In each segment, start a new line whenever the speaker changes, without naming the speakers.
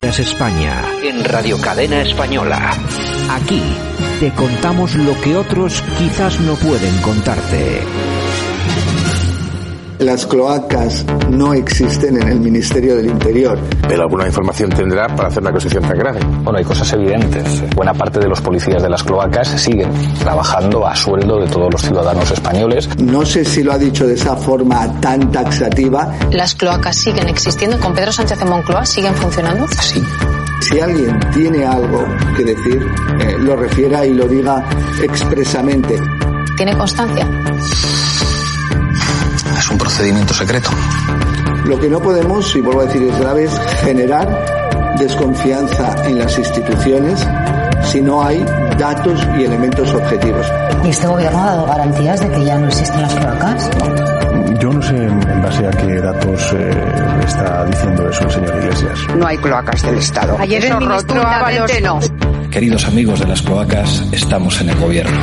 Es España.
en Radio Cadena Española.
Aquí te contamos lo que otros quizás no pueden contarte.
Las cloacas no existen en el Ministerio del Interior.
Pero alguna información tendrá para hacer una acusación tan grave.
Bueno, hay cosas evidentes. Buena parte de los policías de las cloacas siguen trabajando a sueldo de todos los ciudadanos españoles.
No sé si lo ha dicho de esa forma tan taxativa.
Las cloacas siguen existiendo. Con Pedro Sánchez de Moncloa siguen funcionando.
Sí.
Si alguien tiene algo que decir, eh, lo refiera y lo diga expresamente.
Tiene constancia.
Es un procedimiento secreto.
Lo que no podemos, y vuelvo a decir otra vez, generar desconfianza en las instituciones si no hay datos y elementos objetivos.
¿Y este gobierno ha dado garantías de que ya no existen las cloacas?
Yo no sé en en base a qué datos eh, está diciendo eso el señor Iglesias.
No hay cloacas del Estado.
Ayer el ministro Ábalos-
Queridos amigos de las cloacas, estamos en el gobierno.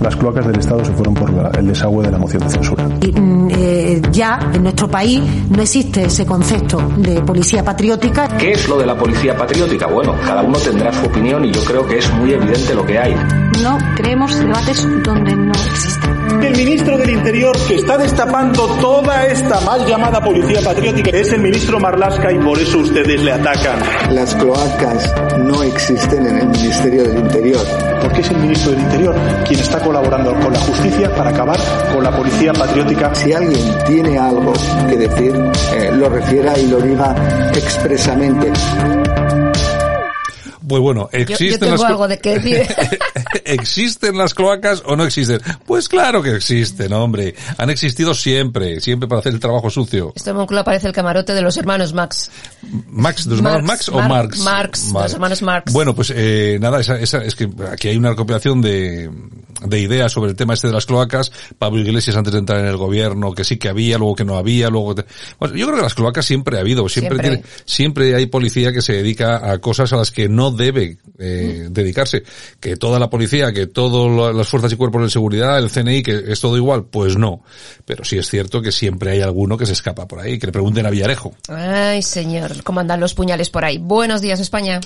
Las cloacas del Estado se fueron por la- el desagüe de la moción de censura.
Y, mm, eh, ya en nuestro país no existe ese concepto de policía patriótica.
¿Qué es lo de la policía patriótica? Bueno, cada uno tendrá su opinión y yo creo que es muy evidente lo que hay.
No creemos debates donde no existen.
El ministro del Interior que está destapando toda esta mal llamada policía patriótica es el ministro Marlasca y por eso ustedes le atacan.
Las cloacas no existen en el Ministerio del Interior.
Porque es el ministro del Interior quien está colaborando con la justicia para acabar con la policía patriótica.
Si alguien tiene algo que decir, eh, lo refiera y lo diga expresamente.
Pues bueno,
Yo,
existen
yo tengo
las clo-
algo de que decir.
¿Existen las cloacas o no existen? Pues claro que existen, hombre. Han existido siempre, siempre para hacer el trabajo sucio.
Esto en Moncloa parece el camarote de los hermanos Max.
Max, ¿de los hermanos Max
Marx,
o
Mar-
Marx?
Marx, de los hermanos Marx.
Bueno, pues eh, nada, esa, esa, es que aquí hay una recopilación de, de ideas sobre el tema este de las cloacas. Pablo Iglesias antes de entrar en el gobierno, que sí que había, luego que no había, luego... te- Bueno, yo creo que las cloacas siempre ha habido, siempre,
Siempre.
tiene- siempre hay policía que se dedica a cosas a las que no debe
Mm.
eh, dedicarse. Que toda la policía, que todas las fuerzas y cuerpos de seguridad, el CNI, que es todo igual, pues no. Pero sí es cierto que siempre hay alguno que se escapa por ahí, que le pregunten a Villarejo.
Ay, señor, cómo andan los puñales por ahí. Buenos días, España.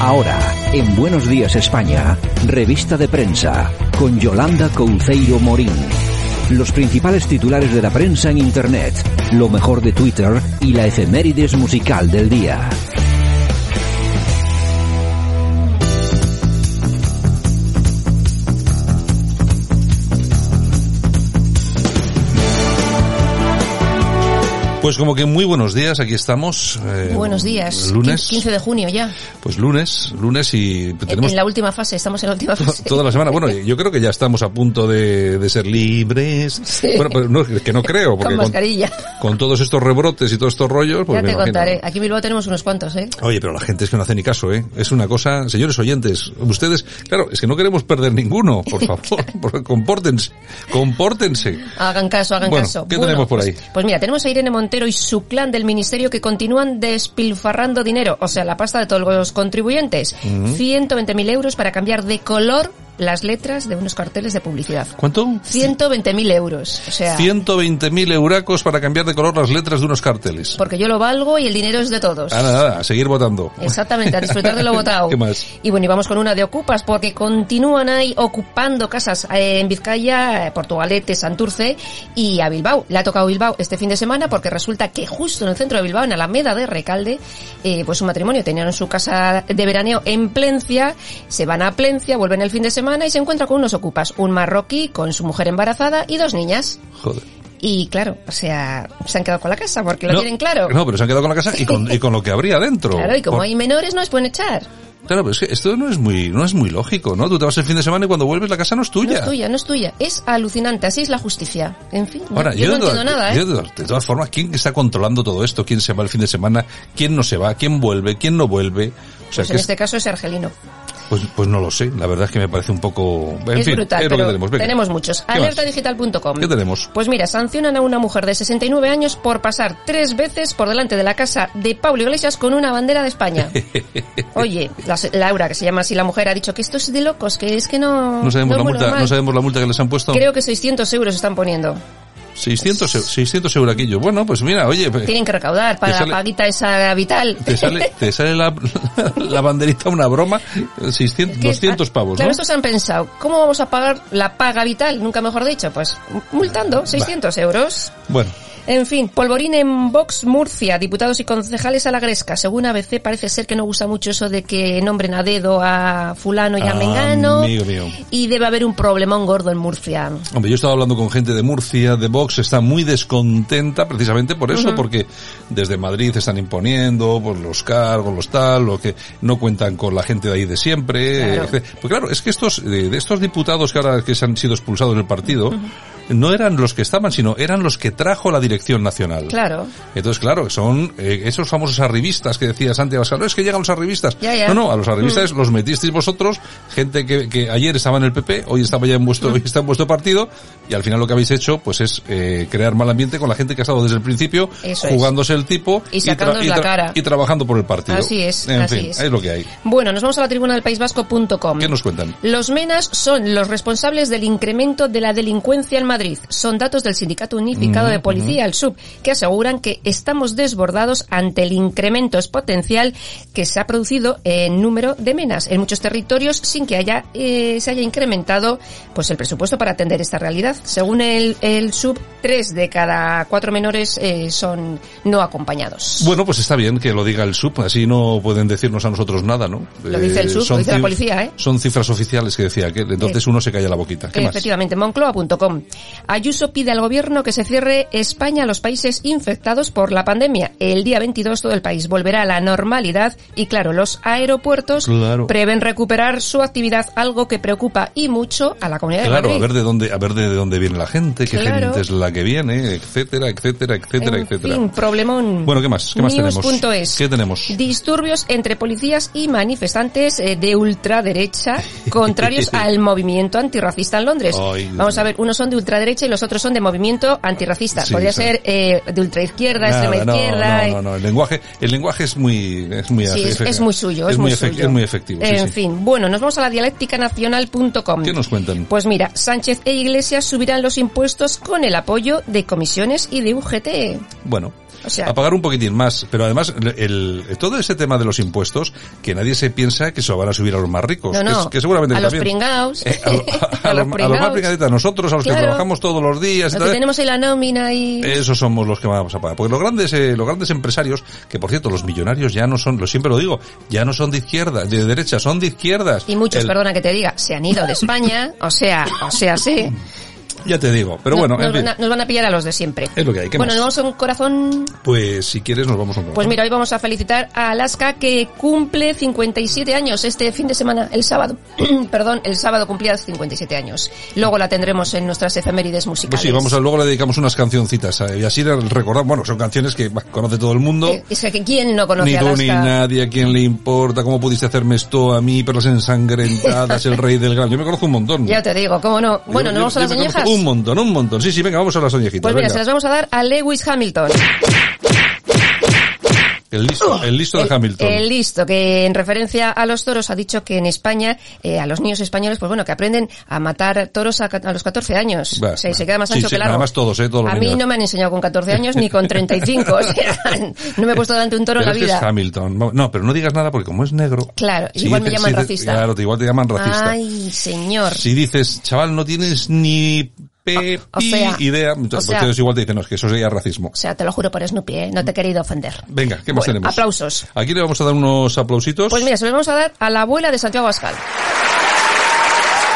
Ahora, en Buenos Días España, revista de prensa, con Yolanda Couceiro Morín. Los principales titulares de la prensa en Internet, lo mejor de Twitter y la efemérides musical del día.
Pues como que muy buenos días, aquí estamos. eh,
Buenos días.
Lunes.
15 de junio ya.
Pues lunes, lunes y tenemos
En la última fase, estamos en la última
to-
fase.
toda la semana. Bueno, yo creo que ya estamos a punto de, de ser libres.
Sí.
Bueno, pero no, es que no creo. Porque
Con mascarilla.
con todos estos rebrotes y todos estos rollos, pues
ya
me
te
imagino.
contaré. Aquí en Bilbao tenemos unos cuantos, ¿eh?
Oye, pero la gente es que no hace ni caso, ¿eh? Es una cosa, señores oyentes, ustedes, claro, es que no queremos perder ninguno, por favor, por- compórtense, compórtense.
Hagan caso, hagan
Bueno,
caso.
¿qué tenemos por ahí?
Pues, pues mira, tenemos a Irene Montero y su clan del Ministerio que continúan despilfarrando dinero, o sea, la pasta de todos los contribuyentes. 120.000 euros para cambiar de color las letras de unos carteles de publicidad.
¿Cuánto?
120.000 euros, o sea...
120.000 euracos para cambiar de color las letras de unos carteles.
Porque yo lo valgo y el dinero es de todos.
Pues Nada, nada, a seguir votando.
Exactamente, a disfrutar de lo votado.
Pues- ¿Qué más?
Y bueno, y vamos con una de ocupas, porque continúan ahí ocupando casas eh, en Vizcaya, eh, Portugalete, Santurce y a Bilbao. Le ha tocado Bilbao este fin de semana porque resulta que justo en el centro de Bilbao, en Alameda de Recalde, eh, pues un matrimonio tenían su casa de veraneo en Plencia, se van a Plencia, vuelven el fin de semana y se encuentran con unos ocupas, un marroquí con su mujer embarazada y dos niñas.
Joder.
Y claro, o sea, se han quedado con la casa porque lo
No,
tienen claro.
No, pero se han quedado con la casa y con, y con lo que habría dentro.
Claro, y como
Con-
hay menores, no les pueden echar.
Claro, pero es que esto no es muy, no es muy lógico, ¿no? Tú te vas el fin de semana y cuando vuelves la casa no es tuya.
No es tuya, no es tuya. Es alucinante, así es la justicia. En fin, yo-
Ahora,
yo, no
de todas-
entiendo nada, ¿eh?
yo de todas- de todas formas, ¿quién está controlando todo esto? ¿Quién se va el fin de semana? ¿Quién no se va? ¿Quién vuelve? ¿Quién no vuelve? O sea,
pues
que
en
es-
este caso es argelino.
pues, pues no lo sé. La verdad es que me parece un poco... En
es
fin,
brutal,
es lo que
pero
tenemos. Venga.
muchos.
¿Qué más?
Alertadigital.com.
¿Qué tenemos?
Pues mira, sancionan a una mujer de 69 años por pasar tres veces por delante de la casa de Pablo Iglesias con una bandera de España. Oye, la se- Laura, que se llama así la mujer, ha dicho que esto es de locos, que es que no...
No sabemos,
no es
la
muy
multa,
normal.
no sabemos la multa que les han puesto.
Creo que 600 euros están poniendo.
600, eu- 600 euraquillos. Bueno, pues mira, oye... pues,
Tienen que recaudar para
Te sale-
la paguita esa vital.
Te sale, te sale la, la banderita una broma, 600,
Que-
200
ah,
pavos,
Claro,
¿no?
estos han pensado, ¿cómo vamos a pagar la paga vital? Nunca mejor dicho, pues multando 600 euros.
Bueno,
En fin, polvorín en Vox Murcia, diputados y concejales a la gresca. Según ABC parece ser que no gusta mucho eso de que nombren a dedo a fulano y a mengano.
Ah, amigo mío.
Y debe haber un problemón gordo en Murcia.
Hombre, yo estaba hablando con gente de Murcia, de Vox, está muy descontenta precisamente por eso,
Ujú.
porque desde Madrid están imponiendo por los cargos, los tal, lo que no cuentan con la gente de ahí de siempre.
Claro.
eh, etc. Pues claro, es que estos, eh, de estos diputados que ahora que se han sido expulsados del partido, no eran los que estaban, sino eran los que trajo la dirección nacional.
Claro.
Entonces, claro, son eh, esos famosos arribistas que decía Santi Abascal, no, es que llegan los arribistas.
Ya, ya.
No, no, a los arribistas
Mm.
los metisteis vosotros, gente que, que ayer estaba en el PP, hoy estaba ya en vuestro,
Mm.
hoy está en vuestro partido, y al final lo que habéis hecho, pues es eh, crear mal ambiente con la gente que ha estado desde el principio,
Eso es.
jugándose el tipo
Y sacándonos la cara.
y trabajando por el partido.
Así es,
En
así
fin,
es.
lo que hay.
Bueno, nos vamos a la tribuna del País Vasco.com.
¿Qué nos cuentan?
Los menas son los responsables del incremento de la delincuencia en Madrid. Son datos del Sindicato Unificado
Ujú,
de Policía, el SUB, que aseguran que estamos desbordados ante el incremento exponencial que se ha producido en número de menas en muchos territorios sin que haya eh, se haya incrementado pues el presupuesto para atender esta realidad. Según el, el SUB, tres de cada cuatro menores eh, son no acompañados.
Bueno, pues está bien que lo diga el SUP, así no pueden decirnos a nosotros nada, ¿no?
Lo dice el SUB, lo
son
dice la
cif-
policía, ¿eh?
Son cifras oficiales que decía aquel, entonces
Sí.
uno se calla la boquita. ¿Qué más?
Efectivamente, moncloa.com. Ayuso pide al gobierno que se cierre España a los países infectados por la pandemia. El día 22 todo el país volverá a la normalidad y claro, los aeropuertos
Claro.
prevén recuperar su actividad, algo que preocupa y mucho a la comunidad de
Claro, a
Madrid.
ver de dónde, a ver de dónde viene la gente, qué
Claro.
gente es la que viene, etcétera, etcétera, etcétera,
En
etcétera.
fin, problemón.
Bueno, ¿qué más? ¿Qué más tenemos?
News.es.
¿Qué tenemos?
Disturbios entre policías y manifestantes eh, de ultraderecha contrarios al movimiento antirracista en Londres.
Ay, Dios
Vamos a ver, unos son de ultraderecha y los otros son de movimiento antirracista.
Sí,
Podría
sí.
ser eh, de ultraizquierda,
Nada,
extrema
no,
izquierda. eh,
no, no, no, el lenguaje, el lenguaje es muy, es muy,
Sí, es,
efe-
es muy suyo,
es,
es,
muy, efe-
suyo.
es muy efectivo. sí,
en
sí.
fin, bueno, nos vamos a la dialécticanacional.com.
¿Qué nos cuentan?
Pues mira, Sánchez e Iglesias subirán los impuestos con el apoyo de comisiones y de UGT.
Bueno.
O sea,
a pagar un poquitín más, pero además el, el- todo ese tema de los impuestos, que nadie se piensa que se lo van a subir a los más ricos,
No,
que
no,
es- que seguramente
a
que
los
también.
pringaos.
Eh, a, lo- a
A los
los, a los más
pringaos.
pringaditos, a nosotros, a los que
Claro.
trabajamos todos los días. y
Lo
tal,
que tenemos ahí la nómina y...
Esos somos los que vamos a pagar. Porque los grandes, eh, los grandes empresarios, que por cierto, los millonarios ya no son, lo siempre lo digo, ya no son de izquierda, de derecha, son de izquierdas.
Y muchos,
El-
perdona que te diga, se han ido de España, o sea, o sea, sí.
Ya te digo, pero bueno,
nos,
en fin,
van a, nos van a pillar a los de siempre.
es lo que hay. ¿Qué
Bueno,
más?
nos vamos a un corazón.
Pues si quieres nos vamos a un
Pues mira, hoy vamos a felicitar a Alaska que cumple 57 años este fin de semana, el sábado. Perdón, el sábado cumplía 57 años. Luego la tendremos en nuestras efemérides musicales.
Pues sí, vamos a, luego le dedicamos unas cancioncitas eh, y así le recordamos, bueno, son canciones que bah, conoce todo el mundo.
Eh, Es que quién no conoce
ni
a
tú
Alaska.
ni nadie, a quién le importa, cómo pudiste hacerme esto a mí, perlas ensangrentadas, el rey del gran. Yo me conozco un montón.
Ya te digo, cómo no. Bueno,
Yo-
¿nos
yo-
vamos a
yo
las
me conozco
añejas?
Un montón, un montón. Sí, sí, venga, vamos a las oñejitas.
Pues mira,
venga.
se las vamos a dar a Lewis Hamilton.
El listo, el listo de Hamilton.
El listo, que en referencia a los toros ha dicho que en España, eh, a los niños españoles, pues bueno, que aprenden a matar toros a, ca- a los 14 años.
Va,
o sea, y
va.
se queda más
Sí,
ancho
sí,
que largo.
Además todos, eh, todos los
a mí
niños.
no me han enseñado con 14 años ni con 35. o sea, no me he puesto delante de un toro en
Pero
la
es que es
vida.
Hamilton. Vamos- No, pero no digas nada porque como es negro.
Claro, igual me
dices-
llaman
si te-
racista.
Claro, te- igual te llaman racista.
Ay, señor.
Si dices, chaval, no tienes ni pe
O- o sea,
pi idea, entonces
sea-
entonces igual te dicen, no, es que eso sería racismo.
O sea, te lo juro por Snoopy, ¿eh? no te he querido ofender.
Venga, ¿qué más
Bueno, Pues
tenemos?
aplausos.
Aquí le vamos a dar unos aplausitos.
Pues mira, se los vamos a dar a la abuela de Santiago Abascal.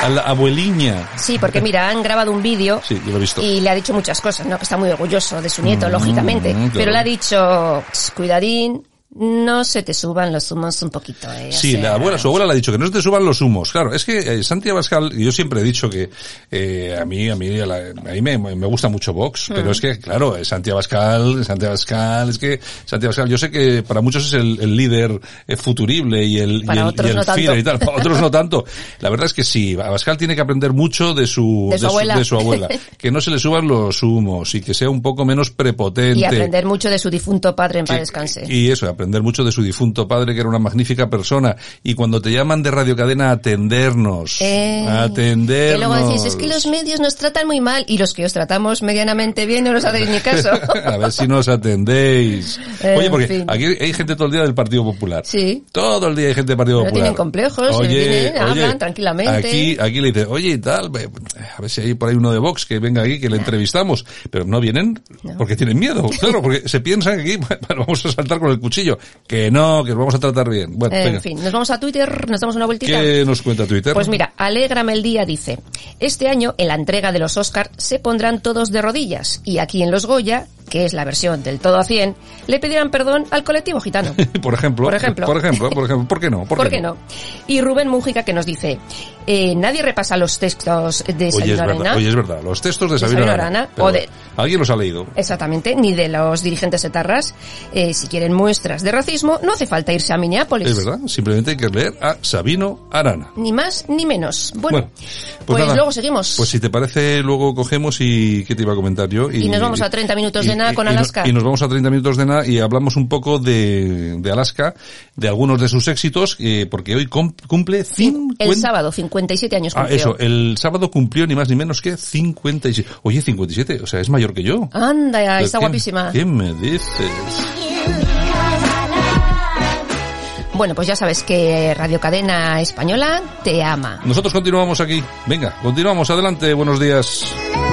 a la abueliña.
Sí, porque mira, han grabado un vídeo
Sí, yo lo he visto. Mm,
y le ha dicho muchas cosas, ¿no? Que está muy orgulloso de su nieto, lógicamente.
claro.
Pero le ha dicho, "Ch, cuidadín, no se te suban los humos un poquito, eh. O
Sí,
sea,
la abuela, su abuela le ha dicho que no se te suban los humos. Claro, es que eh, Santi Abascal, yo siempre he dicho que eh, a mí, a mí, a la- a mí me, me gusta mucho Vox, pero
Mm.
es que, claro, eh, Santi Abascal, Santi Abascal, es que Santi Abascal, yo sé que para muchos es el, el líder eh, futurible y el,
Para
y el, y
otros
el
no tanto.
Führer y tal, para otros no tanto. La verdad es que sí, Abascal tiene que aprender mucho de su,
De su abuela.
de su abuela. Que no se le suban los humos y que sea un poco menos prepotente.
Y aprender mucho de su difunto padre en paz descanse.
Y eso, aprender mucho de su difunto padre, que era una magnífica persona. Y cuando te llaman de Radio Cadena, atendernos.
Eh,
atendernos.
Que luego decís, es que los medios nos tratan muy mal y los que os tratamos medianamente bien no nos hacéis ni caso. Eh,
A ver si nos atendéis.
En
Oye, porque
fin.
aquí hay gente todo el día del Partido Popular.
Sí.
Todo el día hay gente del Partido
No
Popular.
tienen complejos,
oye,
vienen,
oye,
hablan tranquilamente.
Aquí, aquí le dicen, oye, y tal, ve- a ver si hay por ahí uno de Vox que venga aquí, que le entrevistamos. Pero no vienen porque tienen miedo, claro, porque se piensan que aquí bueno, vamos a saltar con el cuchillo. Que no, que lo vamos a tratar bien. Bueno,
en
venga.
fin, nos vamos a Twitter, nos damos una vueltita.
¿Qué nos cuenta Twitter?
Pues mira, Alégrame el Día dice, este año en la entrega de los Oscar se pondrán todos de rodillas y aquí en los Goya, que es la versión del todo a 100, le pedirán perdón al colectivo gitano.
por ejemplo,
por ejemplo.
por ejemplo, por ejemplo, ¿por qué no?
¿Por, qué no? Y Rubén Mújica que nos dice, eh, nadie repasa los textos de
Oye, es
Sabino
verdad,
Arana.
oye, es verdad, los textos de
De
Sabino
Sabino
Arana.
Arana,
Pero
o de-
Alguien los ha leído.
Exactamente, ni de los dirigentes etarras. Eh, si quieren muestras de racismo, no hace falta irse a Minneapolis.
Es verdad, simplemente hay que leer a Sabino Arana.
Ni más ni menos. Bueno,
Bueno, pues,
pues
nada.
luego seguimos.
Pues si te parece, luego cogemos y ¿qué te iba a comentar yo?
y, nos vamos a 30 minutos de
y-
nada
y-
con
y no-
Alaska.
Y, nos vamos a 30 minutos de nada y hablamos un poco de, de Alaska, de algunos de sus éxitos, eh, porque hoy cum- cumple 50...
El sábado, 57 años
Ah,
cumplió.
eso, el sábado cumplió ni más ni menos que 57. Oye, 57, o sea, es mayor que yo.
Anda,
Pero
Ah, está
¿qué-
guapísima.
¿Qué me dices?
Bueno, pues ya sabes que Radio Cadena Española te ama.
Nosotros continuamos aquí. Venga, continuamos, adelante, buenos días.